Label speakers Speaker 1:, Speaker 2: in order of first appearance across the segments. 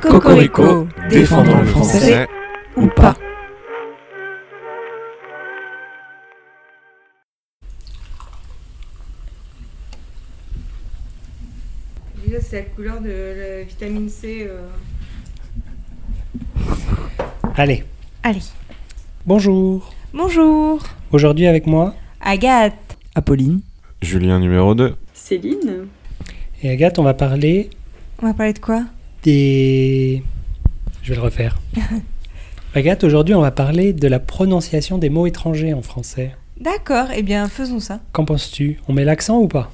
Speaker 1: Cocorico, défendons le français ou pas.
Speaker 2: Là, c'est la couleur de la vitamine C. euh.
Speaker 3: Allez,
Speaker 4: Allez,
Speaker 3: bonjour.
Speaker 4: bonjour
Speaker 3: Aujourd'hui avec moi
Speaker 4: Agathe
Speaker 5: Apolline,
Speaker 6: Julien numéro 2.
Speaker 2: Céline
Speaker 3: et Agathe, on va parler
Speaker 4: On va parler de quoi
Speaker 3: des... Je vais le refaire. Agathe, aujourd'hui on va parler de la prononciation des mots étrangers en français.
Speaker 4: D'accord, eh bien faisons ça.
Speaker 3: Qu'en penses-tu On met l'accent ou pas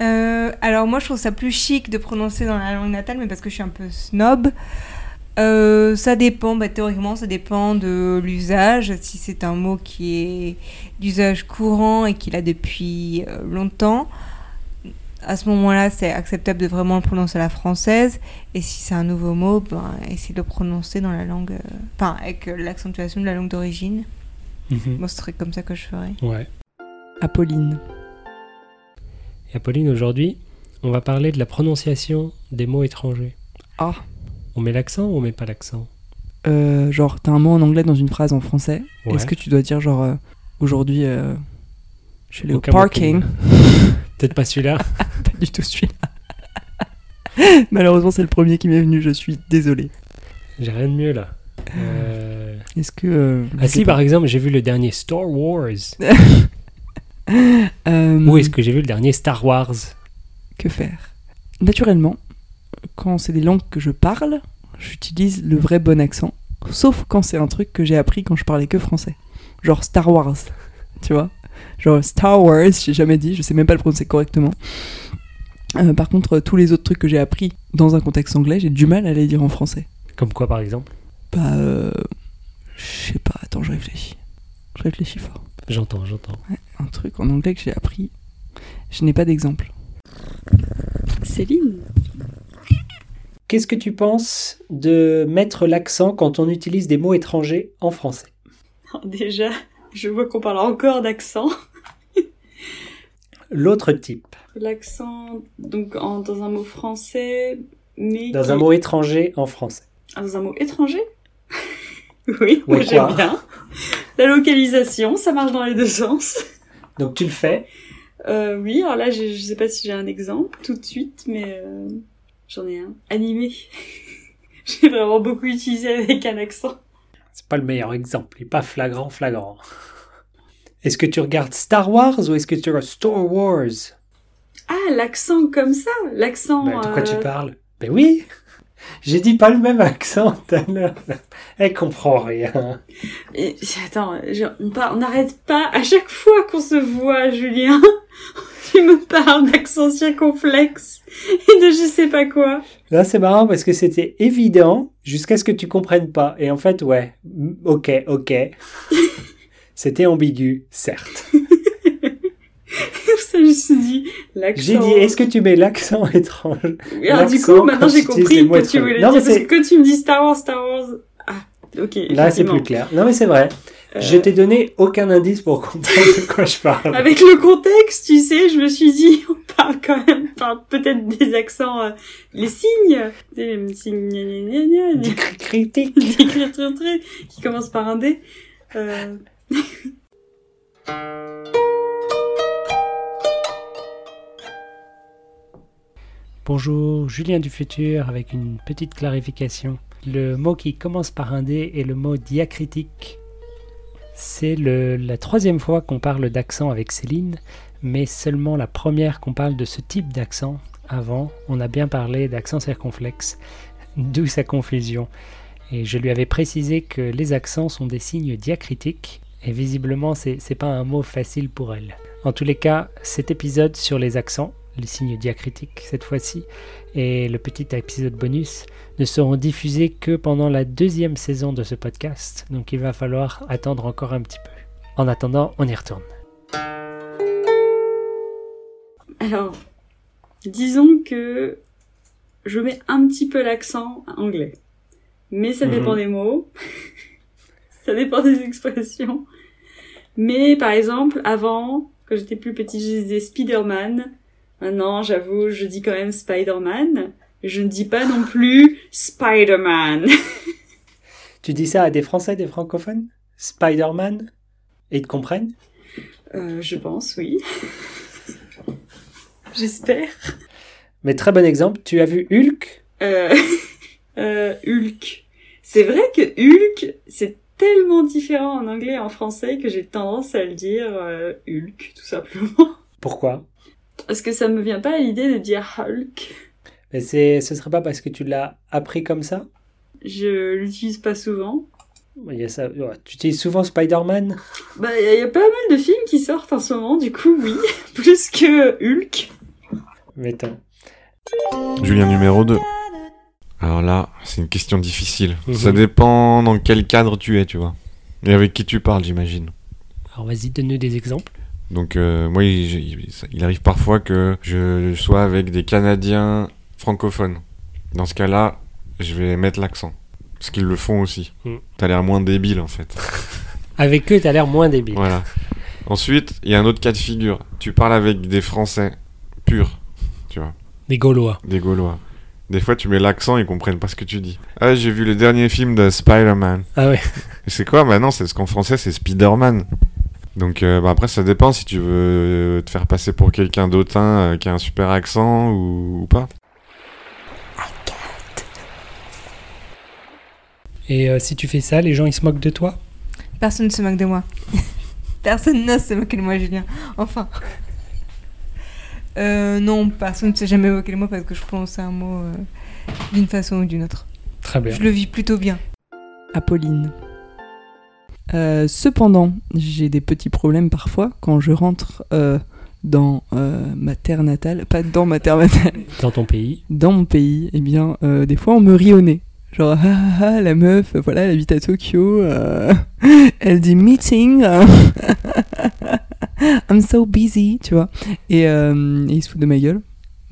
Speaker 4: Euh, alors moi je trouve ça plus chic de prononcer dans la langue natale, mais parce que je suis un peu snob. Euh, ça dépend, bah, théoriquement ça dépend de l'usage, si c'est un mot qui est d'usage courant et qu'il a depuis euh, longtemps. À ce moment-là, c'est acceptable de vraiment le prononcer à la française. Et si c'est un nouveau mot, ben, essayer de le prononcer dans la langue, euh, enfin avec euh, l'accentuation de la langue d'origine.
Speaker 3: Mhm.
Speaker 4: Moi, ce serait comme ça que je ferais.
Speaker 3: Ouais.
Speaker 5: Apolline,
Speaker 3: Et Apolline, aujourd'hui, on va parler de la prononciation des mots étrangers.
Speaker 5: Ah.
Speaker 3: On met l'accent ou on met pas l'accent
Speaker 5: euh, genre t'as un mot en anglais dans une phrase en français,
Speaker 3: Ouais.
Speaker 5: est-ce que tu dois dire genre euh, aujourd'hui euh, je suis allé au
Speaker 3: Aucun mot
Speaker 5: parking
Speaker 3: Peut-être pas celui-là.
Speaker 5: Pas du tout celui-là. Malheureusement c'est le premier qui m'est venu, je suis désolé.
Speaker 3: J'ai rien de mieux là. Euh,
Speaker 5: Est-ce que... euh,
Speaker 3: Ah si, par exemple, j'ai vu le dernier Star Wars.
Speaker 5: euh,
Speaker 3: Où est-ce que j'ai vu le dernier Star Wars
Speaker 5: Que faire Naturellement, quand c'est des langues que je parle, j'utilise le vrai bon accent, sauf quand c'est un truc que j'ai appris quand je parlais que français. Genre Star Wars, tu vois Genre Star Wars, j'ai jamais dit, je sais même pas le prononcer correctement. Euh, par contre, tous les autres trucs que j'ai appris dans un contexte anglais, j'ai du mal à les dire en français.
Speaker 3: Comme quoi, par exemple
Speaker 5: Bah, euh, je sais pas, attends, je réfléchis. Je réfléchis fort.
Speaker 3: J'entends, j'entends.
Speaker 5: Un truc en anglais que j'ai appris, je n'ai pas d'exemple.
Speaker 2: Céline
Speaker 3: Qu'est-ce que tu penses de mettre l'accent quand on utilise des mots étrangers en français
Speaker 2: Déjà, je vois qu'on parle encore d'accent.
Speaker 3: L'autre type,
Speaker 2: L'accent, donc en- dans un mot français, mais.
Speaker 3: dans
Speaker 2: qui-
Speaker 3: un mot étranger en français.
Speaker 2: Ah, dans un mot étranger Oui,
Speaker 3: Ouais,
Speaker 2: moi, j'aime
Speaker 3: quoi
Speaker 2: bien. La localisation, ça marche dans les deux sens.
Speaker 3: Donc tu le fais.
Speaker 2: Euh, oui, alors là, j'ai- je sais pas si j'ai un exemple tout de suite, mais euh, j'en ai un. Animé. j'ai vraiment beaucoup utilisé avec un accent.
Speaker 3: C'est pas le meilleur exemple, il est pas flagrant, flagrant. Est-ce que tu regardes Star Wars ou est-ce que tu regardes Star Wars
Speaker 2: Ah, l'accent comme ça L'accent...
Speaker 3: Ben, De quoi tu
Speaker 2: euh,
Speaker 3: parles Ben oui J'ai dit pas le même accent tout à l'heure. Elle comprend rien.
Speaker 2: et- attends, je- on par- on n'arrête pas à chaque fois qu'on se voit, Julien. tu me parles d'accent circonflexe et de je sais pas quoi.
Speaker 3: Là, c'est marrant parce que c'était évident jusqu'à ce que tu comprennes pas. Et en fait, ouais, mm, ok, ok. c'était ambigu, certes.
Speaker 2: Pour ça, je me suis dit, l'accent...
Speaker 3: J'ai dit, est-ce que tu mets l'accent étrange
Speaker 2: Oui, alors du
Speaker 3: l'accent
Speaker 2: coup, maintenant
Speaker 3: quand
Speaker 2: j'ai
Speaker 3: tu utilises les
Speaker 2: compris
Speaker 3: mots
Speaker 2: que tu
Speaker 3: étrangers.
Speaker 2: voulais dire.
Speaker 3: Non, mais
Speaker 2: Parce
Speaker 3: c'est-
Speaker 2: que quand tu me dis Star Wars, Star Wars... Ah, ok,
Speaker 3: Là, c'est
Speaker 2: effectivement.
Speaker 3: plus clair. Non, mais c'est vrai.
Speaker 2: Euh,
Speaker 3: Je t'ai donné aucun indice pour comprendre de quoi je parle.
Speaker 2: Avec le contexte, tu sais, je me suis dit, on parle quand même, on parle peut-être des accents, euh, les signes, des les signes, gna, gna, gna, gna,
Speaker 3: Du
Speaker 2: gna,
Speaker 3: cri- critique.
Speaker 2: des cris très, très, qui commencent par un D. Euh,
Speaker 3: Bonjour, Julien du futur avec une petite clarification. Le mot qui commence par un D est le mot diacritique. C'est le- la troisième fois qu'on parle d'accent avec Céline, mais seulement la première qu'on parle de ce type d'accent. Avant, on a bien parlé d'accent circonflexe, d'où sa confusion. Et je lui avais précisé que les accents sont des signes diacritiques, et visiblement, c'est c'est pas un mot facile pour elle. En tous les cas, cet épisode sur les accents, les signes diacritiques cette fois-ci, et le petit épisode bonus ne seront diffusés que pendant la deuxième saison de ce podcast, donc il va falloir attendre encore un petit peu. En attendant, on y retourne.
Speaker 2: alors, disons que je mets un petit peu l'accent anglais. Mais ça
Speaker 3: Mhm.
Speaker 2: dépend des mots. ça dépend des expressions. Mais par exemple, avant, quand j'étais plus petit, je disais Spider-Man. Maintenant, j'avoue, je dis quand même Spider-Man. Je ne dis pas non plus Spider-Man.
Speaker 3: Tu dis ça à des Français, des francophones Spider-Man Et ils te comprennent
Speaker 2: Euh, je pense, oui. J'espère.
Speaker 3: Mais très bon exemple, tu as vu Hulk
Speaker 2: Euh, euh, Hulk. C'est vrai que Hulk, c'est tellement différent en anglais et en français que j'ai tendance à le dire euh, Hulk, tout simplement.
Speaker 3: Pourquoi
Speaker 2: Parce que ça me vient pas à l'idée de dire Hulk.
Speaker 3: Mais c'est, ce serait pas parce que tu l'as appris comme ça
Speaker 2: Je l'utilise pas souvent.
Speaker 3: Il y a ça- ouais, Tu utilises souvent Spider-Man
Speaker 2: Bah, il y, a pas mal de films qui sortent en ce moment, du coup, oui. Plus que Hulk.
Speaker 3: Mais attends.
Speaker 1: Julien numéro 2. Alors là, c'est une question difficile.
Speaker 3: Mhm.
Speaker 1: Ça dépend dans quel cadre tu es, tu vois. Et avec qui tu parles, j'imagine.
Speaker 3: Alors vas-y, donne-nous des exemples.
Speaker 1: Donc euh, moi, il, il- il arrive parfois que je sois avec des Canadiens francophones. Dans ce cas-là, je vais mettre l'accent. Parce qu'ils le font aussi.
Speaker 3: Mhm.
Speaker 1: T'as l'air moins débile, en fait.
Speaker 3: Avec eux, t'as l'air moins débile.
Speaker 1: Voilà. Ensuite, il y a un autre cas de figure. Tu parles avec des Français purs, tu vois,
Speaker 3: Des Gaulois.
Speaker 1: des Gaulois. Des fois, tu mets l'accent, ils comprennent pas ce que tu dis. Ah, j'ai vu le dernier film de Spider-Man.
Speaker 3: Ah ouais.
Speaker 1: Et C'est quoi Bah non, c'est ce qu'en français, c'est Spider-Man. Donc euh, bah après, ça dépend si tu veux euh, te faire passer pour quelqu'un d'autant qui a un super accent ou, ou pas.
Speaker 3: Et euh, si tu fais ça, les gens ils se moquent de toi
Speaker 4: Personne ne se moque de moi. personne n'ose se moquer de moi, Julien. Enfin. Euh, non, personne ne s'est jamais moqué de moi parce que je prononce un mot euh, d'une façon ou d'une autre.
Speaker 3: Très bien.
Speaker 4: Je le vis plutôt bien.
Speaker 5: Apolline. Euh, cependant, j'ai des petits problèmes parfois quand je rentre euh, dans euh, ma terre natale, pas dans ma terre natale,
Speaker 3: Dans ton pays.
Speaker 5: dans mon pays. Eh bien, euh, des fois, on me rit au nez. Genre, ah, ah, ah, la meuf, voilà, elle habite à Tokyo, euh, elle dit meeting, euh, I'm so busy, tu vois. Et euh, et ils se foutent de ma gueule.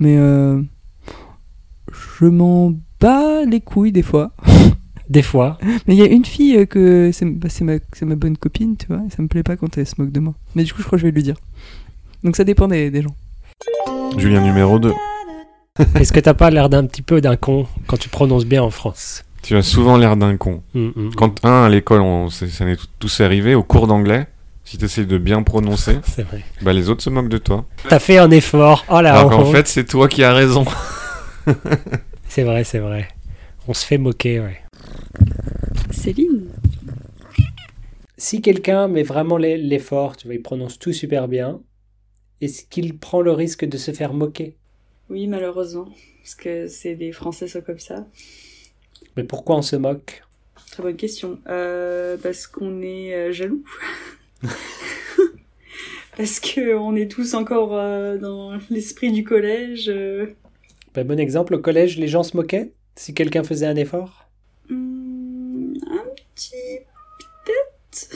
Speaker 5: Mais euh, je m'en bats les couilles des fois.
Speaker 3: Des fois.
Speaker 5: Mais il y a une fille euh, que c'est bah, c'est ma, c'est ma bonne copine, tu vois, et ça me plaît pas quand elle se moque de moi. Mais du coup, je crois que je vais lui dire. Donc ça dépend des, des gens.
Speaker 1: Julien numéro 2.
Speaker 3: Est-ce que t'as pas l'air d'un petit peu d'un con quand tu prononces bien en France
Speaker 1: Tu as souvent l'air d'un con.
Speaker 3: Hum, hum.
Speaker 1: Quand, un, à l'école, on, c'est- ça n'est tous arrivé, au cours d'anglais, si t'essayes de bien prononcer,
Speaker 3: C'est vrai.
Speaker 1: bah les autres se moquent de toi.
Speaker 3: T'as fait un effort. Oh là,
Speaker 1: Alors
Speaker 3: on-
Speaker 1: qu'en Ah, fait, c'est toi qui as raison.
Speaker 3: C'est vrai, c'est vrai. On se fait moquer, ouais.
Speaker 2: Céline.
Speaker 3: si quelqu'un met vraiment l'e- l'effort, tu vois, il prononce tout super bien, est-ce qu'il prend le risque de se faire moquer
Speaker 2: Oui, malheureusement. Parce que c'est des Français sont comme ça.
Speaker 3: Mais pourquoi on se moque
Speaker 2: Très bonne question. Euh, parce qu'on est euh, jaloux. parce que on est tous encore euh, dans l'esprit du collège. euh.
Speaker 3: Ben, Bon exemple, au collège, les gens se moquaient si quelqu'un faisait un effort
Speaker 2: Hmm, un petit... Peut-être.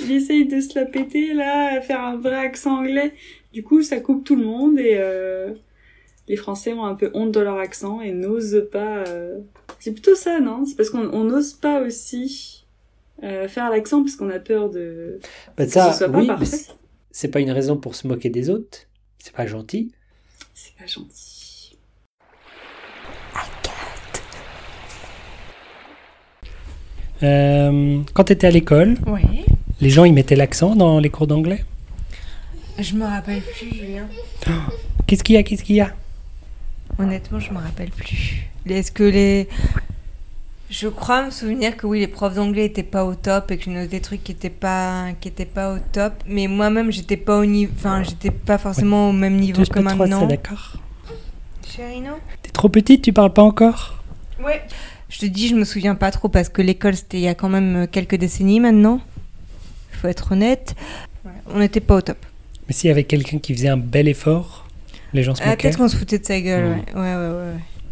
Speaker 2: Il essaye de se la péter, là, à faire un vrai accent anglais. Du coup, ça coupe tout le monde et euh, les Français ont un peu honte de leur accent et n'osent pas... euh, C'est plutôt ça, non C'est parce qu'on on n'ose pas aussi euh, faire l'accent parce qu'on a peur de...
Speaker 3: ben,
Speaker 2: que
Speaker 3: ça,
Speaker 2: ce soit pas
Speaker 3: oui, mais
Speaker 2: parfait.
Speaker 3: c'est- c'est pas une raison pour se moquer des autres. C'est pas gentil.
Speaker 2: C'est pas gentil.
Speaker 3: Euh, quand t'étais à l'école,
Speaker 4: Ouais.
Speaker 3: les gens, ils mettaient l'accent dans les cours d'anglais
Speaker 4: Je me rappelle plus, Julien.
Speaker 3: Qu'est-ce qu'il y a Qu'est-ce qu'il y a
Speaker 4: Honnêtement, je me rappelle plus. Est-ce que les. Je crois me souvenir que oui, les profs d'anglais étaient pas au top et que je notais des trucs qui étaient pas, qui étaient pas au top. Mais moi-même, j'étais pas au niveau. Enfin, j'étais pas forcément au même niveau
Speaker 3: Deux,
Speaker 4: que
Speaker 3: trois, c'est
Speaker 4: maintenant.
Speaker 3: d'accord.
Speaker 4: Chérino
Speaker 3: T'es trop petite, tu parles pas encore
Speaker 4: Ouais. Je te dis, je me souviens pas trop parce que l'école, c'était il y a quand même euh, quelques décennies maintenant. Faut être honnête. On n'était pas au top.
Speaker 3: Mais s'il y avait quelqu'un qui faisait un bel effort, les gens se
Speaker 4: Ah,
Speaker 3: moquaient
Speaker 4: peut-être qu'on se foutait de sa gueule, ouais. Ouais, ouais, ouais, ouais.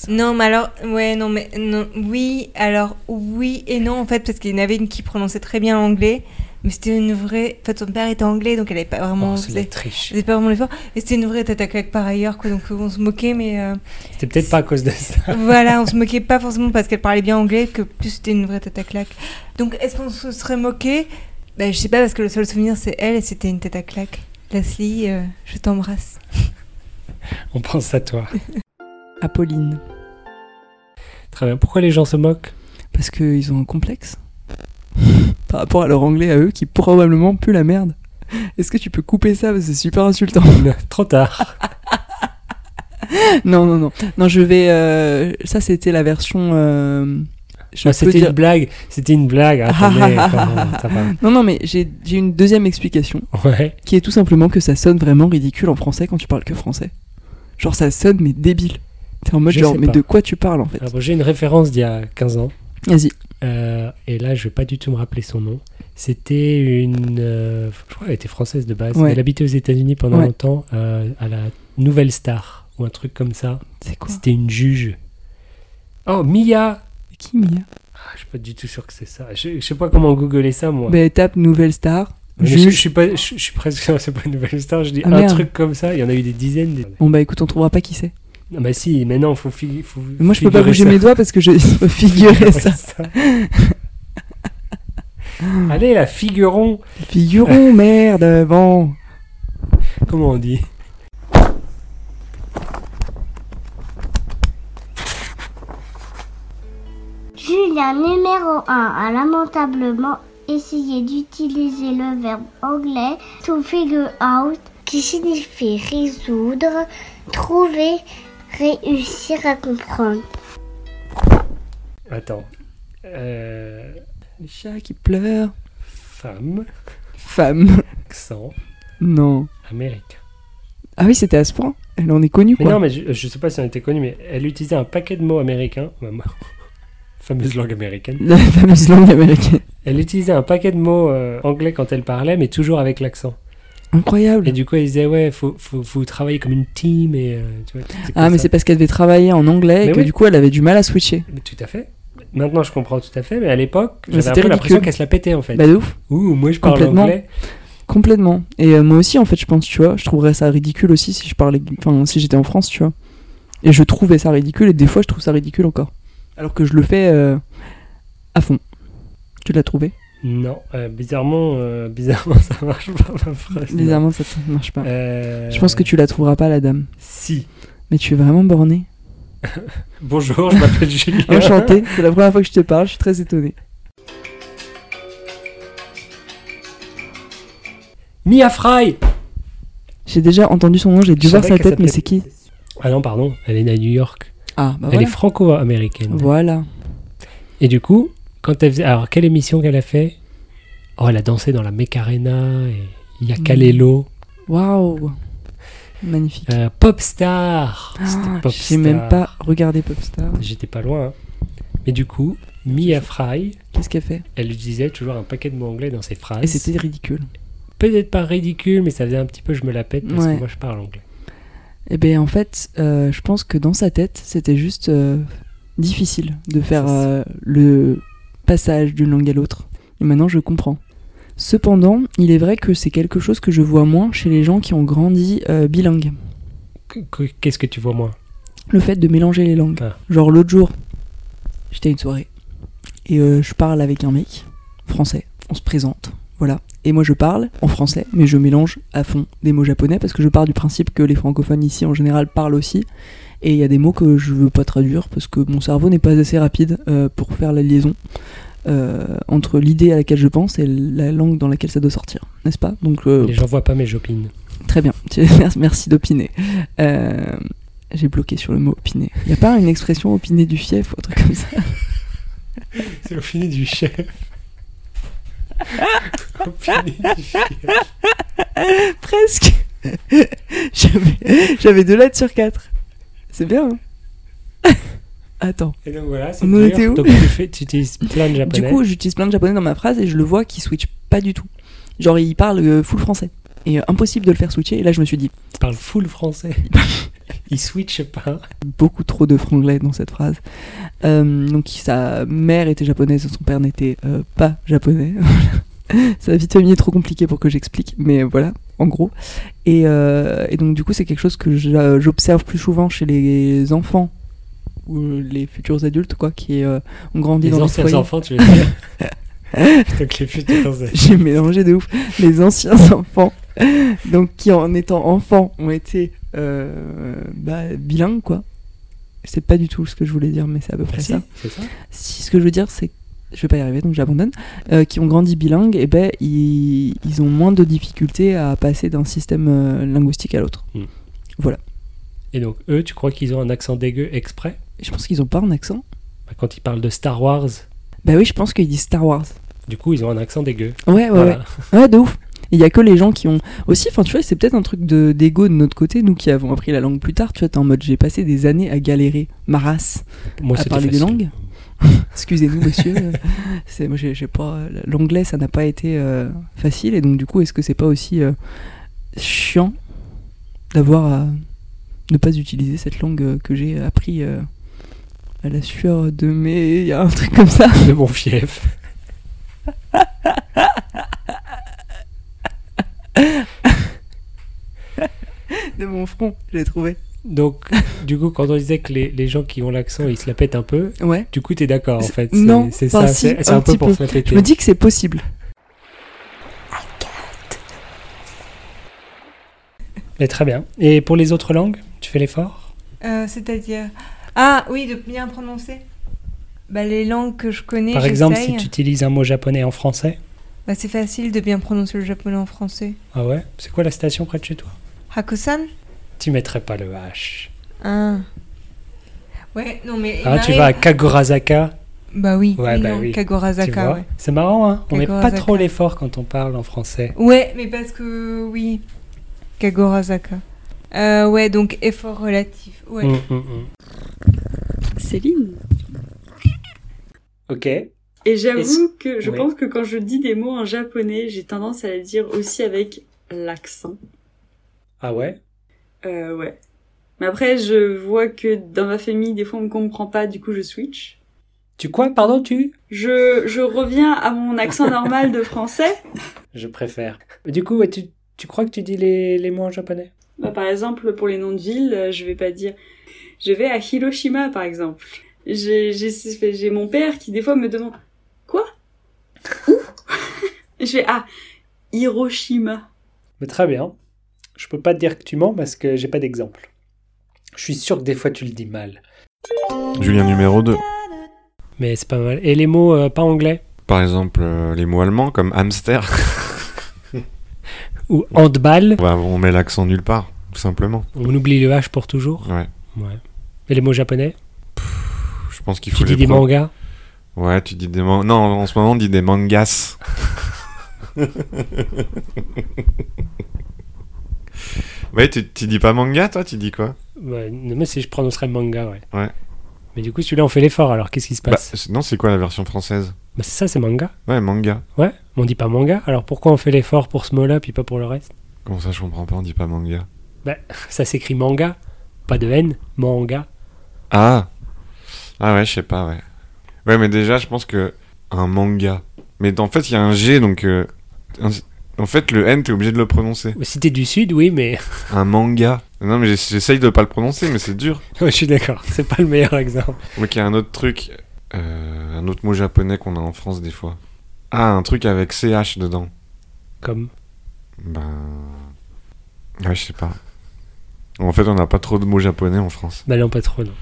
Speaker 4: Non, mais alors, ouais, non, mais non, oui, alors oui et non en fait, parce qu'il y en avait une qui prononçait très bien l'anglais, mais c'était une vraie. En fait, son père était anglais, donc elle n'avait pas vraiment.
Speaker 3: Oh, c'est de
Speaker 4: faisait-
Speaker 3: la triche.
Speaker 4: elle faisait pas vraiment l'effort. Et c'était une vraie tête à claque par ailleurs, quoi, donc on se moquait, mais euh,
Speaker 3: C'était peut-être pas à cause de ça.
Speaker 4: voilà, on se moquait pas forcément parce qu'elle parlait bien anglais, que plus c'était une vraie tête à claque. Donc est-ce qu'on se serait moqué ben, Je sais pas, parce que le seul souvenir c'est elle et c'était une tête à claque. Leslie, euh, je t'embrasse.
Speaker 3: On pense à toi.
Speaker 5: Apolline.
Speaker 3: Très bien. Pourquoi les gens se moquent
Speaker 5: Parce qu'ils ont un complexe par rapport à leur anglais à eux qui probablement pue la merde. Est-ce que tu peux couper ça Parce que c'est super insultant.
Speaker 3: Non, Trop tard.
Speaker 5: non, non, non. Non, je vais. euh, Ça, c'était la version. euh, Je
Speaker 3: Ah,
Speaker 5: peux
Speaker 3: C'était
Speaker 5: dire-
Speaker 3: une blague. C'était une blague. hein, Attendez, attends, ça va.
Speaker 5: Non, non, mais j'ai j'ai une deuxième explication
Speaker 3: Ouais.
Speaker 5: qui est tout simplement que ça sonne vraiment ridicule en français quand tu parles que français. Genre, ça sonne, mais débile. T'es en mode,
Speaker 3: Je
Speaker 5: genre,
Speaker 3: sais
Speaker 5: mais
Speaker 3: pas. Ah
Speaker 5: de quoi tu parles en fait
Speaker 3: Alors, j'ai une référence d'il y a 15 ans.
Speaker 5: Vas-y.
Speaker 3: Euh, et là, je vais pas du tout me rappeler son nom. C'était une. euh, je crois qu'elle était française de base.
Speaker 5: Ouais.
Speaker 3: Elle habitait aux États-Unis pendant
Speaker 5: Ouais.
Speaker 3: longtemps, euh, à la Nouvelle Star, ou un truc comme ça.
Speaker 5: C'est quoi
Speaker 3: C'était une juge. Oh, Mia
Speaker 5: Qui, Mia
Speaker 3: Ah, Je suis pas du tout sûr que c'est ça. Je, je sais pas comment googler ça, moi.
Speaker 5: Ben, tape nouvelle star,
Speaker 3: Mais je, je
Speaker 5: juge.
Speaker 3: suis pas, je, je suis presque sûr que c'est pas une Nouvelle Star. Je dis
Speaker 5: Ah,
Speaker 3: un
Speaker 5: merde.
Speaker 3: truc comme ça. Il y en a eu des dizaines. des-
Speaker 5: Bon, bah écoute, on trouvera pas qui c'est.
Speaker 3: Non, bah si, mais non, faut. fi- faut
Speaker 5: Mais Moi, je peux pas
Speaker 3: figurer
Speaker 5: bouger
Speaker 3: ça.
Speaker 5: mes doigts parce que je faut figurer ça.
Speaker 3: Allez, la figuron
Speaker 5: Figurons, merde, bon.
Speaker 3: Comment on dit
Speaker 6: Julien numéro 1 a lamentablement essayé d'utiliser le verbe anglais to figure out qui signifie résoudre, trouver, réussir à comprendre.
Speaker 3: Attends. Euh,
Speaker 5: Les chats qui pleurent.
Speaker 3: femme,
Speaker 5: Femme.
Speaker 3: accent,
Speaker 5: Non.
Speaker 3: américain.
Speaker 5: Ah oui, c'était à ce point. Elle en est connue,
Speaker 3: Mais
Speaker 5: quoi.
Speaker 3: non, mais je, je sais pas si on était connu, mais elle utilisait un paquet de mots américains. ma- ma- fameuse langue américaine.
Speaker 5: La fameuse langue américaine.
Speaker 3: Elle utilisait un paquet de mots euh, anglais quand elle parlait, mais toujours avec l'accent.
Speaker 5: Incroyable.
Speaker 3: Et du coup, elle disait, ouais, faut, faut, faut travailler comme une team. Et, euh, tu vois, c'est
Speaker 5: Ah,
Speaker 3: comme
Speaker 5: mais
Speaker 3: ça.
Speaker 5: c'est parce qu'elle devait travailler en anglais
Speaker 3: Mais
Speaker 5: et que
Speaker 3: oui.
Speaker 5: du coup, elle avait du mal à switcher.
Speaker 3: Mais Tout à fait. Maintenant, je comprends tout à fait, mais à l'époque,
Speaker 5: Mais
Speaker 3: j'avais un
Speaker 5: c'était
Speaker 3: peu l'impression
Speaker 5: ridicule.
Speaker 3: qu'elle se la pétait, en fait.
Speaker 5: Bah, de ouf.
Speaker 3: Ouh, moi, je parle
Speaker 5: Complètement.
Speaker 3: anglais.
Speaker 5: Complètement. Et euh, moi aussi, en fait, je pense, tu vois, je trouverais ça ridicule aussi si je parlais, enfin, si j'étais en France, tu vois. Et je trouvais ça ridicule, et des fois, je trouve ça ridicule encore. Alors que je le fais euh, à fond. Tu l'as trouvé
Speaker 3: Non, euh, bizarrement, euh, bizarrement, ça marche pas, ma phrase. non.
Speaker 5: Bizarrement, ça ne marche pas.
Speaker 3: Euh,
Speaker 5: Je pense que tu la trouveras pas, la dame.
Speaker 3: Si.
Speaker 5: Mais tu es vraiment bornée.
Speaker 3: Bonjour, je m'appelle Julien.
Speaker 5: Enchantée, c'est la première fois que je te parle, je suis très étonnée.
Speaker 3: Mia Fry
Speaker 5: J'ai déjà entendu son nom, j'ai dû
Speaker 3: Je
Speaker 5: voir
Speaker 3: savais
Speaker 5: sa
Speaker 3: qu'elle
Speaker 5: tête, mais c'est
Speaker 3: s'appelait-
Speaker 5: qui
Speaker 3: Ah non, pardon, elle est née à New York.
Speaker 5: Ah, bah
Speaker 3: elle
Speaker 5: voilà.
Speaker 3: est franco-américaine.
Speaker 5: Voilà.
Speaker 3: Et du coup, quand elle faisait... Alors, quelle émission qu'elle a fait Oh, elle a dansé dans la Mecarena, et
Speaker 5: Mm.
Speaker 3: Yakalelo,
Speaker 5: Waouh. Magnifique.
Speaker 3: euh, Popstar
Speaker 5: Ah,
Speaker 3: Popstar.
Speaker 5: j'ai même pas regardé Popstar.
Speaker 3: J'étais pas loin. hein. Mais du coup, Mia Fry,
Speaker 5: Qu'est-ce qu'elle fait
Speaker 3: elle utilisait toujours un paquet de mots anglais dans ses phrases.
Speaker 5: Et c'était ridicule.
Speaker 3: peut-être pas ridicule, mais ça faisait un petit peu je me la pète parce
Speaker 5: Ouais.
Speaker 3: que moi je parle anglais.
Speaker 5: Eh bien, en fait, euh, je pense que dans sa tête, c'était juste euh, difficile de faire
Speaker 3: C'est ça.
Speaker 5: euh, le passage d'une langue à l'autre. Et maintenant, je comprends. Cependant, il est vrai que c'est quelque chose que je vois moins chez les gens qui ont grandi euh, bilingues.
Speaker 3: Qu- qu- Qu'est-ce que tu vois moi
Speaker 5: Le fait de mélanger les langues.
Speaker 3: Ah.
Speaker 5: Genre, l'autre jour, j'étais à une soirée et euh, je parle avec un mec français. On se présente, voilà. Et moi, je parle en français, mais je mélange à fond des mots japonais parce que je pars du principe que les francophones ici, en général, parlent aussi. Et il y a des mots que je veux pas traduire parce que mon cerveau n'est pas assez rapide euh, pour faire la liaison euh, entre l'idée à laquelle je pense et la langue dans laquelle ça doit sortir, n'est-ce pas Donc, euh,
Speaker 3: Les gens voient pas mais j'opine.
Speaker 5: Très bien, Tu- merci- merci d'opiner. Euh, J'ai bloqué sur le mot opiner. Il n'y a pas une expression opiner du fief ou un truc comme ça
Speaker 3: C'est l'opinion du chef.
Speaker 5: Presque J'avais- J'avais deux lettres sur quatre. C'est bien, hein Attends.
Speaker 3: Et donc voilà, c'est
Speaker 5: On en
Speaker 3: dur.
Speaker 5: était où
Speaker 3: Donc tu, fais, tu utilises plein de japonais.
Speaker 5: Du coup, j'utilise plein de japonais dans ma phrase et je le vois qui switch pas du tout. Genre, il parle euh, full français. Et euh, impossible de le faire switcher. Et là, je me suis dit,
Speaker 3: tu parles full français. Ils switchent pas.
Speaker 5: beaucoup trop de franglais dans cette phrase. Euh, donc sa mère était japonaise, son père n'était euh, pas japonais. Sa vie de famille est trop compliquée pour que j'explique, mais voilà, en gros. Et, euh, et donc du coup, c'est quelque chose que j'a- j'observe plus souvent chez les enfants ou les futurs adultes, quoi, qui euh, ont grandi
Speaker 3: Les
Speaker 5: dans des
Speaker 3: anciens
Speaker 5: foyers.
Speaker 3: enfants, tu veux dire. donc les futurs. euh,
Speaker 5: J'ai mélangé de ouf les anciens enfants, donc qui en étant enfants ont été euh, bah, bilingues quoi, C'est pas du tout ce que je voulais dire, mais c'est à peu près
Speaker 3: Ah, si,
Speaker 5: ça.
Speaker 3: c'est ça.
Speaker 5: Si ce que je veux dire, c'est je vais pas y arriver, donc j'abandonne, euh, qui ont grandi bilingues, et ben ils, ils ont moins de difficultés à passer d'un système euh, linguistique à l'autre.
Speaker 3: Et donc, eux, tu crois qu'ils ont un accent dégueu exprès
Speaker 5: Je pense qu'ils ont pas un accent.
Speaker 3: Bah, Quand ils parlent de Star Wars,
Speaker 5: Bah oui, je pense qu'ils disent Star Wars.
Speaker 3: du coup, ils ont un accent dégueu.
Speaker 5: Ouais, ouais,
Speaker 3: Voilà.
Speaker 5: ouais, ouais, de ouf. Il y a que les gens qui ont aussi, enfin tu vois, c'est peut-être un truc de d'ego de notre côté, nous qui avons appris la langue plus tard. Tu vois, t'es en mode j'ai passé des années à galérer, ma race. À
Speaker 3: Moi, c'était
Speaker 5: parler des
Speaker 3: facile.
Speaker 5: langues Excusez-nous, monsieur. euh, c'est moi, j'ai j'ai pas l'anglais, ça n'a pas été euh, facile, et donc du coup, est-ce que c'est pas aussi euh, chiant d'avoir à ne pas utiliser cette langue euh, que j'ai appris euh, à la sueur de mes, il y a un truc comme ça.
Speaker 3: De mon fief.
Speaker 5: de mon front, je l'ai trouvé.
Speaker 3: Donc, du coup, quand on disait que les, les gens qui ont l'accent, ils se la pètent un peu,
Speaker 5: Ouais.
Speaker 3: du coup, t'es d'accord, Bah, en
Speaker 5: C'est-
Speaker 3: fait.
Speaker 5: non,
Speaker 3: c'est c'est
Speaker 5: pas
Speaker 3: ça,
Speaker 5: si,
Speaker 3: c'est c'est
Speaker 5: un
Speaker 3: un peu
Speaker 5: petit
Speaker 3: pour
Speaker 5: peu.
Speaker 3: se la péter.
Speaker 5: Je me dis que c'est possible.
Speaker 3: Mais très bien. Et pour les autres langues, tu fais l'effort
Speaker 4: Euh, C'est-à-dire. Ah oui, de bien prononcer. Bah, les langues que je connais,
Speaker 3: Par exemple, si
Speaker 4: j'essaye.
Speaker 3: tu utilises un mot japonais en français,
Speaker 4: Bah, c'est facile de bien prononcer le japonais en français.
Speaker 3: ah ouais C'est quoi la station près de chez toi
Speaker 4: Hakusan
Speaker 3: Tu mettrais pas le H.
Speaker 4: Ah. Ouais, non mais. il
Speaker 3: Ah, tu
Speaker 4: m'arrive-
Speaker 3: vas à Kagorazaka,
Speaker 4: Bah oui,
Speaker 3: Ouais, bah
Speaker 4: non,
Speaker 3: oui. tu
Speaker 4: Kagorazaka.
Speaker 3: vois.
Speaker 4: Ouais.
Speaker 3: C'est marrant, hein On met pas
Speaker 4: Kagorazaka.
Speaker 3: trop l'effort quand on parle en français.
Speaker 4: Ouais, mais parce que. Oui. Kagorazaka. Euh, ouais, donc effort relatif. Ouais.
Speaker 3: Hum, hum, hum.
Speaker 2: Céline.
Speaker 3: mm. Ok.
Speaker 2: Et j'avoue
Speaker 3: Est-ce-
Speaker 2: que je
Speaker 3: Ouais.
Speaker 2: pense que quand je dis des mots en japonais, j'ai tendance à les dire aussi avec l'accent.
Speaker 3: Ah ouais
Speaker 2: Euh, ouais. Mais après, je vois que dans ma famille, des fois, on me comprend pas, du coup, je switch.
Speaker 3: Tu quoi Pardon, tu
Speaker 2: Je, je reviens à mon accent normal de français.
Speaker 3: Je préfère. Du coup, ouais, tu, tu crois que tu dis les, les mots en japonais
Speaker 2: Bah, par exemple, pour les noms de villes, euh, je vais pas dire. Je vais à Hiroshima, par exemple. J'ai j'ai- j'ai mon père qui, des fois, me demande Quoi Où Je vais à Hiroshima.
Speaker 3: Mais très bien. Je peux pas te dire que tu mens parce que j'ai pas d'exemple. Je suis sûr que des fois tu le dis mal.
Speaker 1: Julien numéro 2.
Speaker 3: Mais c'est pas mal. Et les mots euh, pas anglais
Speaker 1: Par exemple, euh, les mots allemands comme hamster.
Speaker 3: Ou handball
Speaker 1: Ouais, Bah, on met l'accent nulle part, tout simplement.
Speaker 3: On oublie le H pour toujours
Speaker 1: Ouais.
Speaker 3: Ouais. Et les mots japonais
Speaker 1: Je pense qu'il faut
Speaker 3: Tu dis
Speaker 1: les
Speaker 3: des
Speaker 1: prendre.
Speaker 3: mangas
Speaker 1: Ouais, tu dis des mangas. Non, en ce moment, on dit des mangas. ouais, tu, tu dis pas manga, toi Tu dis quoi
Speaker 3: Ouais, non, mais si je prononcerais manga, ouais.
Speaker 1: Ouais.
Speaker 3: Mais du coup, celui-là, on fait l'effort. Alors, qu'est-ce qui se
Speaker 1: Bah,
Speaker 3: passe
Speaker 1: c'est- Non, c'est quoi la version française
Speaker 3: Bah, c'est ça, c'est manga.
Speaker 1: Ouais, manga.
Speaker 3: Ouais, on dit pas manga. Alors, pourquoi on fait l'effort pour ce mot-là, puis pas pour le reste
Speaker 1: Comment ça, je comprends pas, on dit pas manga.
Speaker 3: Ça s'écrit manga, pas de N, manga.
Speaker 1: Ah Ah ouais, je sais pas, ouais. Ouais, mais déjà, je pense que un manga. Mais en fait, il y a un G, donc. euh, un- En fait, le N, t'es obligé de le prononcer.
Speaker 3: Si t'es du Sud, oui, mais
Speaker 1: Un manga. Non, mais j'ess- j'essaye de pas le prononcer, mais c'est dur. Oh,
Speaker 3: je suis d'accord. C'est pas le meilleur exemple.
Speaker 1: Ok, un autre truc. euh, un autre mot japonais qu'on a en France des fois. Ah, un truc avec CH dedans.
Speaker 3: Comme
Speaker 1: Ben. Ouais, je sais pas. En fait, on n'a pas trop de mots japonais en France.
Speaker 3: Bah non, pas trop, non.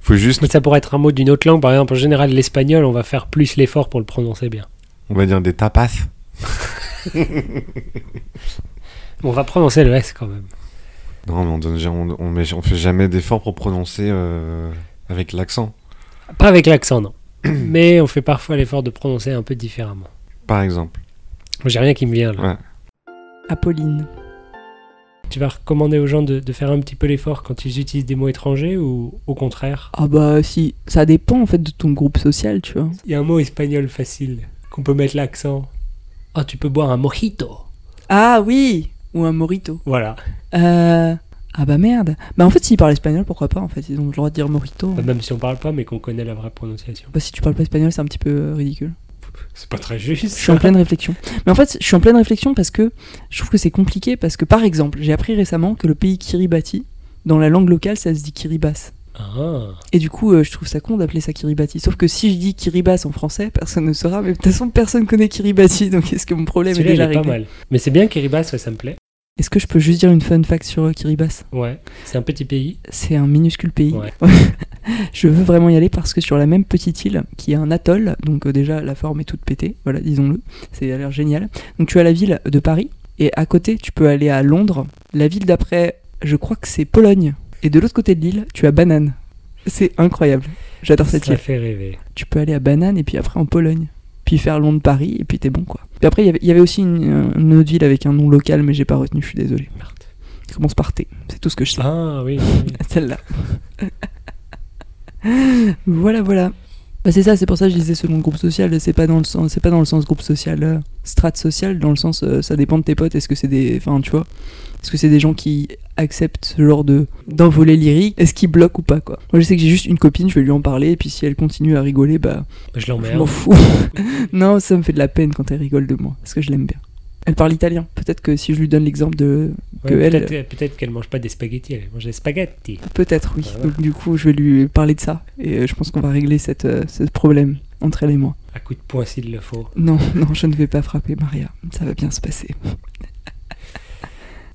Speaker 1: Faut juste,
Speaker 3: Mais ça pourrait être un mot d'une autre langue, par exemple, en général, l'espagnol, on va faire plus l'effort pour le prononcer bien.
Speaker 1: on va dire des tapas.
Speaker 3: On va prononcer le S quand même.
Speaker 1: Non, mais on, donne, ja- on, on, met- on fait jamais d'effort pour prononcer euh, avec l'accent.
Speaker 3: Pas avec l'accent, non. Mais on fait parfois l'effort de prononcer un peu différemment.
Speaker 1: Par exemple.
Speaker 3: Moi, J'ai rien qui me vient là.
Speaker 1: Ouais.
Speaker 5: Apolline.
Speaker 3: Tu vas recommander aux gens de, de faire un petit peu l'effort quand ils utilisent des mots étrangers ou au contraire
Speaker 5: Ah bah si, ça dépend en fait de ton groupe social, tu vois.
Speaker 3: Il y a un mot espagnol facile qu'on peut mettre l'accent. Ah, tu peux boire un mojito.
Speaker 5: Ah oui Ou un morito.
Speaker 3: Voilà.
Speaker 5: Euh... Ah bah merde. Bah en fait s'ils parlent espagnol, pourquoi pas en fait, ils ont le droit de dire morito.
Speaker 3: Bah, même si on parle pas, mais qu'on connaît la vraie prononciation.
Speaker 5: Bah si tu parles pas espagnol, c'est un petit peu euh, ridicule.
Speaker 3: C'est pas très
Speaker 5: Je
Speaker 3: juste.
Speaker 5: suis en pleine réflexion. Mais en fait, je suis en pleine réflexion parce que je trouve que c'est compliqué parce que par exemple, j'ai appris récemment que le pays Kiribati, dans la langue locale, ça se dit Kiribati.
Speaker 3: Ah.
Speaker 5: Et du coup, euh, je trouve ça con d'appeler ça Kiribati. Sauf que si je dis Kiribati en français, personne ne saura. Mais de toute façon, personne connaît Kiribati, donc est-ce que mon problème est
Speaker 3: Celui-là, il
Speaker 5: déjà
Speaker 3: est pas
Speaker 5: réglé
Speaker 3: mal. Mais c'est bien Kiribati, ouais, ça me plaît.
Speaker 5: Est-ce que je peux juste dire une fun fact sur euh, Kiribati
Speaker 3: Ouais, c'est un petit pays.
Speaker 5: C'est un minuscule pays.
Speaker 3: Ouais.
Speaker 5: je veux vraiment y aller parce que sur la même petite île, qui est un atoll, donc euh, déjà la forme est toute pétée, voilà, disons-le, c'est a l'air génial. Donc tu as la ville de Paris, et à côté tu peux aller à Londres. La ville d'après, je crois que c'est Pologne. Et de l'autre côté de l'île, tu as Banane. C'est incroyable. J'adore cette
Speaker 3: Ça
Speaker 5: île.
Speaker 3: fait rêver.
Speaker 5: Tu peux aller à Banane et puis après en Pologne. Puis faire Londres-Paris et puis t'es bon quoi. Puis après, il y avait- il y avait aussi une, une autre ville avec un nom local, mais j'ai pas retenu, je suis désolé.
Speaker 3: Marthe.
Speaker 5: Ça commence par T, c'est tout ce que je sais.
Speaker 3: Ah oui, oui, oui.
Speaker 5: Celle-là. voilà, voilà. Bah, c'est ça, c'est pour ça que je disais selon le groupe social. C'est pas dans le sens, c'est pas dans le sens groupe social, euh, strate sociale, dans le sens euh, ça dépend de tes potes. Est-ce que c'est des, enfin tu vois, est-ce que c'est des gens qui acceptent ce genre de d'envolée lyrique Est-ce qu'ils bloquent ou pas quoi Moi je sais que j'ai juste une copine, je vais lui en parler et puis si elle continue à rigoler, bah
Speaker 3: Bah, je
Speaker 5: je m'en
Speaker 3: l'emmerde.
Speaker 5: fous. non, ça me fait de la peine quand elle rigole de moi parce que je l'aime bien. Elle parle italien. Peut-être que si je lui donne l'exemple de que
Speaker 3: Ouais,
Speaker 5: elle-
Speaker 3: Peut-être peut-être qu'elle mange pas des spaghettis, elle mange des spaghettis.
Speaker 5: Peut-être oui.
Speaker 3: Voilà.
Speaker 5: Donc du coup, je vais lui parler de ça et euh, je pense qu'on va régler cette, euh, ce problème entre elle et moi.
Speaker 3: À coup de poing s'il le faut.
Speaker 5: Non, non, je ne vais pas frapper Maria. Ça va bien se passer.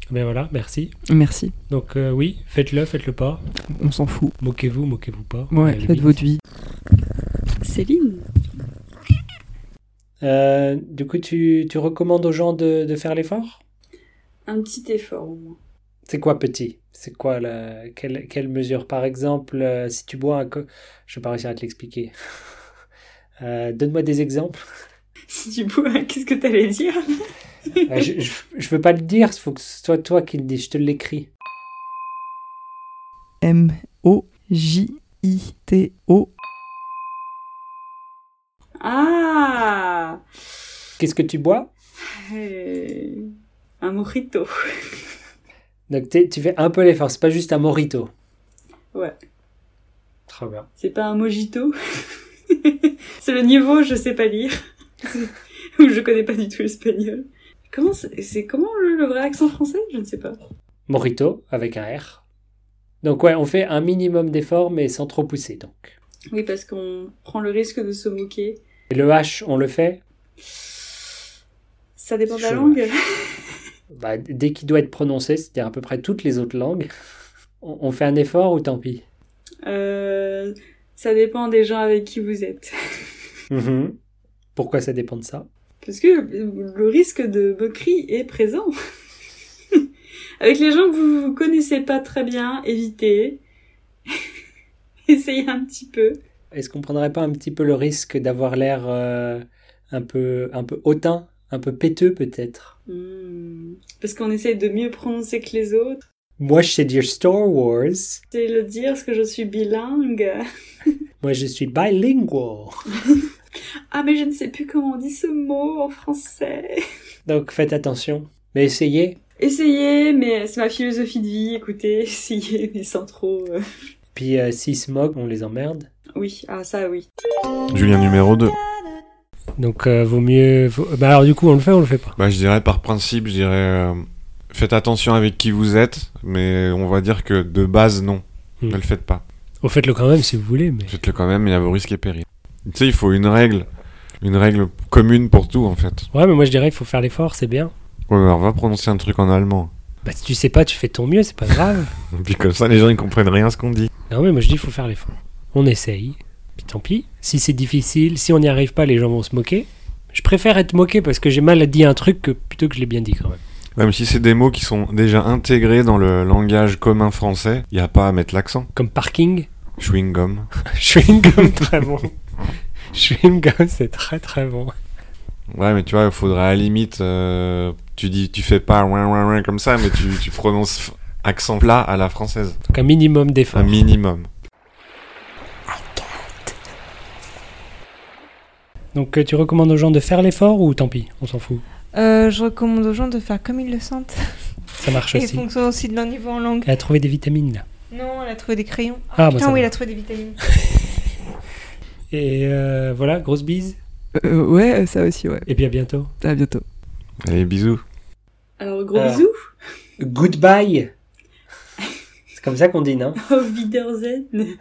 Speaker 3: Ben voilà, merci.
Speaker 5: Merci.
Speaker 3: Donc euh, oui, faites-le, faites-le pas.
Speaker 5: On s'en fout.
Speaker 3: Moquez-vous, moquez-vous pas. À la
Speaker 5: Ouais, faites
Speaker 3: limite.
Speaker 5: votre vie.
Speaker 2: Céline
Speaker 3: Euh, du coup, tu, tu recommandes aux gens de, de faire l'effort
Speaker 2: Un petit effort au moins.
Speaker 3: C'est quoi petit C'est quoi la... Quelle, quelle mesure Par exemple, euh, si tu bois un... co- Je vais pas réussir à te l'expliquer. Euh, Donne-moi des exemples.
Speaker 2: Si tu bois, qu'est-ce que t'allais dire
Speaker 3: Euh, je, je, je veux pas le dire, il faut que ce soit toi qui le dis, je te l'écris.
Speaker 5: M O J I T O.
Speaker 2: Ah
Speaker 3: Qu'est-ce que tu bois
Speaker 2: Euh, Un mojito.
Speaker 3: Donc t'es- tu fais un peu l'effort, c'est pas juste un morito.
Speaker 2: Ouais.
Speaker 3: Très bien.
Speaker 2: C'est pas un mojito. c'est le niveau, je sais pas lire. Ou je connais pas du tout l'espagnol. Comment c'est c'est- comment le, le vrai accent français Je ne sais pas.
Speaker 3: Morito avec un R. Donc ouais, on fait un minimum d'effort mais sans trop pousser donc.
Speaker 2: Oui, parce qu'on prend le risque de se moquer.
Speaker 3: Et le H, on le fait
Speaker 2: Ça dépend de la
Speaker 3: Je-
Speaker 2: langue.
Speaker 3: bah, dès qu'il doit être prononcé, c'est-à-dire à peu près toutes les autres langues, on, on fait un effort ou tant pis
Speaker 2: Euh, ça dépend des gens avec qui vous êtes.
Speaker 3: Mhm. Pourquoi ça dépend de ça
Speaker 2: Parce que le risque de moquerie est présent. Avec les gens que vous, vous connaissez pas très bien, évitez. Essayez un petit peu.
Speaker 3: Est-ce qu'on prendrait pas un petit peu le risque d'avoir l'air euh, un, peu, un peu hautain, un peu péteux peut-être
Speaker 2: Hmm. Parce qu'on essaye de mieux prononcer que les autres.
Speaker 3: Moi je sais dire Star Wars,
Speaker 2: C'est le dire parce que je suis bilingue.
Speaker 3: moi je suis bilingual.
Speaker 2: Ah mais je ne sais plus comment on dit ce mot en français.
Speaker 3: Donc faites attention, mais essayez.
Speaker 2: Essayez, mais c'est ma philosophie de vie. Écoutez, essayez, mais sans trop. euh.
Speaker 3: Puis euh, s'ils se moquent, on les emmerde.
Speaker 2: Oui, ah ça oui.
Speaker 1: Julien numéro 2.
Speaker 3: Donc euh, vaut mieux... vaut- Bah alors du coup on le fait ou on le fait pas
Speaker 1: Bah, je dirais par principe, je dirais euh, faites attention avec qui vous êtes, mais on va dire que de base, non.
Speaker 3: Hmm.
Speaker 1: Ne le faites pas.
Speaker 3: Au faites-le quand même si vous voulez, mais...
Speaker 1: Faites-le quand même, mais à vos risques et périls. Tu sais, il faut une règle, une règle commune pour tout en fait.
Speaker 3: Ouais mais moi je dirais qu'il faut faire l'effort, c'est bien.
Speaker 1: Ouais, mais alors va prononcer un truc en allemand.
Speaker 3: Bah si tu sais pas, tu fais ton mieux, c'est pas grave.
Speaker 1: Et puis comme ça, les gens ils comprennent rien à ce qu'on dit.
Speaker 3: non mais moi je dis faut faire l'effort. On essaye. Puis tant pis. Si c'est difficile, si on n'y arrive pas, les gens vont se moquer. Je préfère être moqué parce que j'ai mal dit un truc que plutôt que je l'ai bien dit quand même.
Speaker 1: Même si c'est des mots qui sont déjà intégrés dans le langage commun français, il n'y a pas à mettre l'accent.
Speaker 3: Comme parking.
Speaker 1: Chewing gum.
Speaker 3: Chewing gum très bon. Chewing gum c'est très très bon.
Speaker 1: Ouais, mais tu vois, il faudrait à la limite, euh, tu dis, tu fais pas ouin, ouin, ouin comme ça, mais tu, tu prononces f- accent plat à la française,
Speaker 3: Donc un minimum d'effort.
Speaker 1: un minimum.
Speaker 3: Donc euh, tu recommandes aux gens de faire l'effort ou tant pis, on s'en fout.
Speaker 4: Euh, je recommande aux gens de faire comme ils le sentent.
Speaker 3: Ça marche
Speaker 4: Et
Speaker 3: aussi.
Speaker 4: fonction aussi de leur niveau en langue.
Speaker 3: Elle a trouvé des vitamines là.
Speaker 4: Non, elle a trouvé des crayons.
Speaker 3: Ah, bah,
Speaker 4: Putain,
Speaker 3: ça
Speaker 4: oui,
Speaker 3: va.
Speaker 4: elle a trouvé des vitamines.
Speaker 3: Et euh, voilà, grosse bise.
Speaker 5: Euh, ouais, ça aussi, ouais.
Speaker 3: Et puis à bientôt.
Speaker 5: À bientôt.
Speaker 1: Allez, bisous.
Speaker 2: Alors gros
Speaker 3: Euh.
Speaker 2: bisous.
Speaker 3: Goodbye. c'est comme ça qu'on dit, non
Speaker 2: Auf Wiedersehen.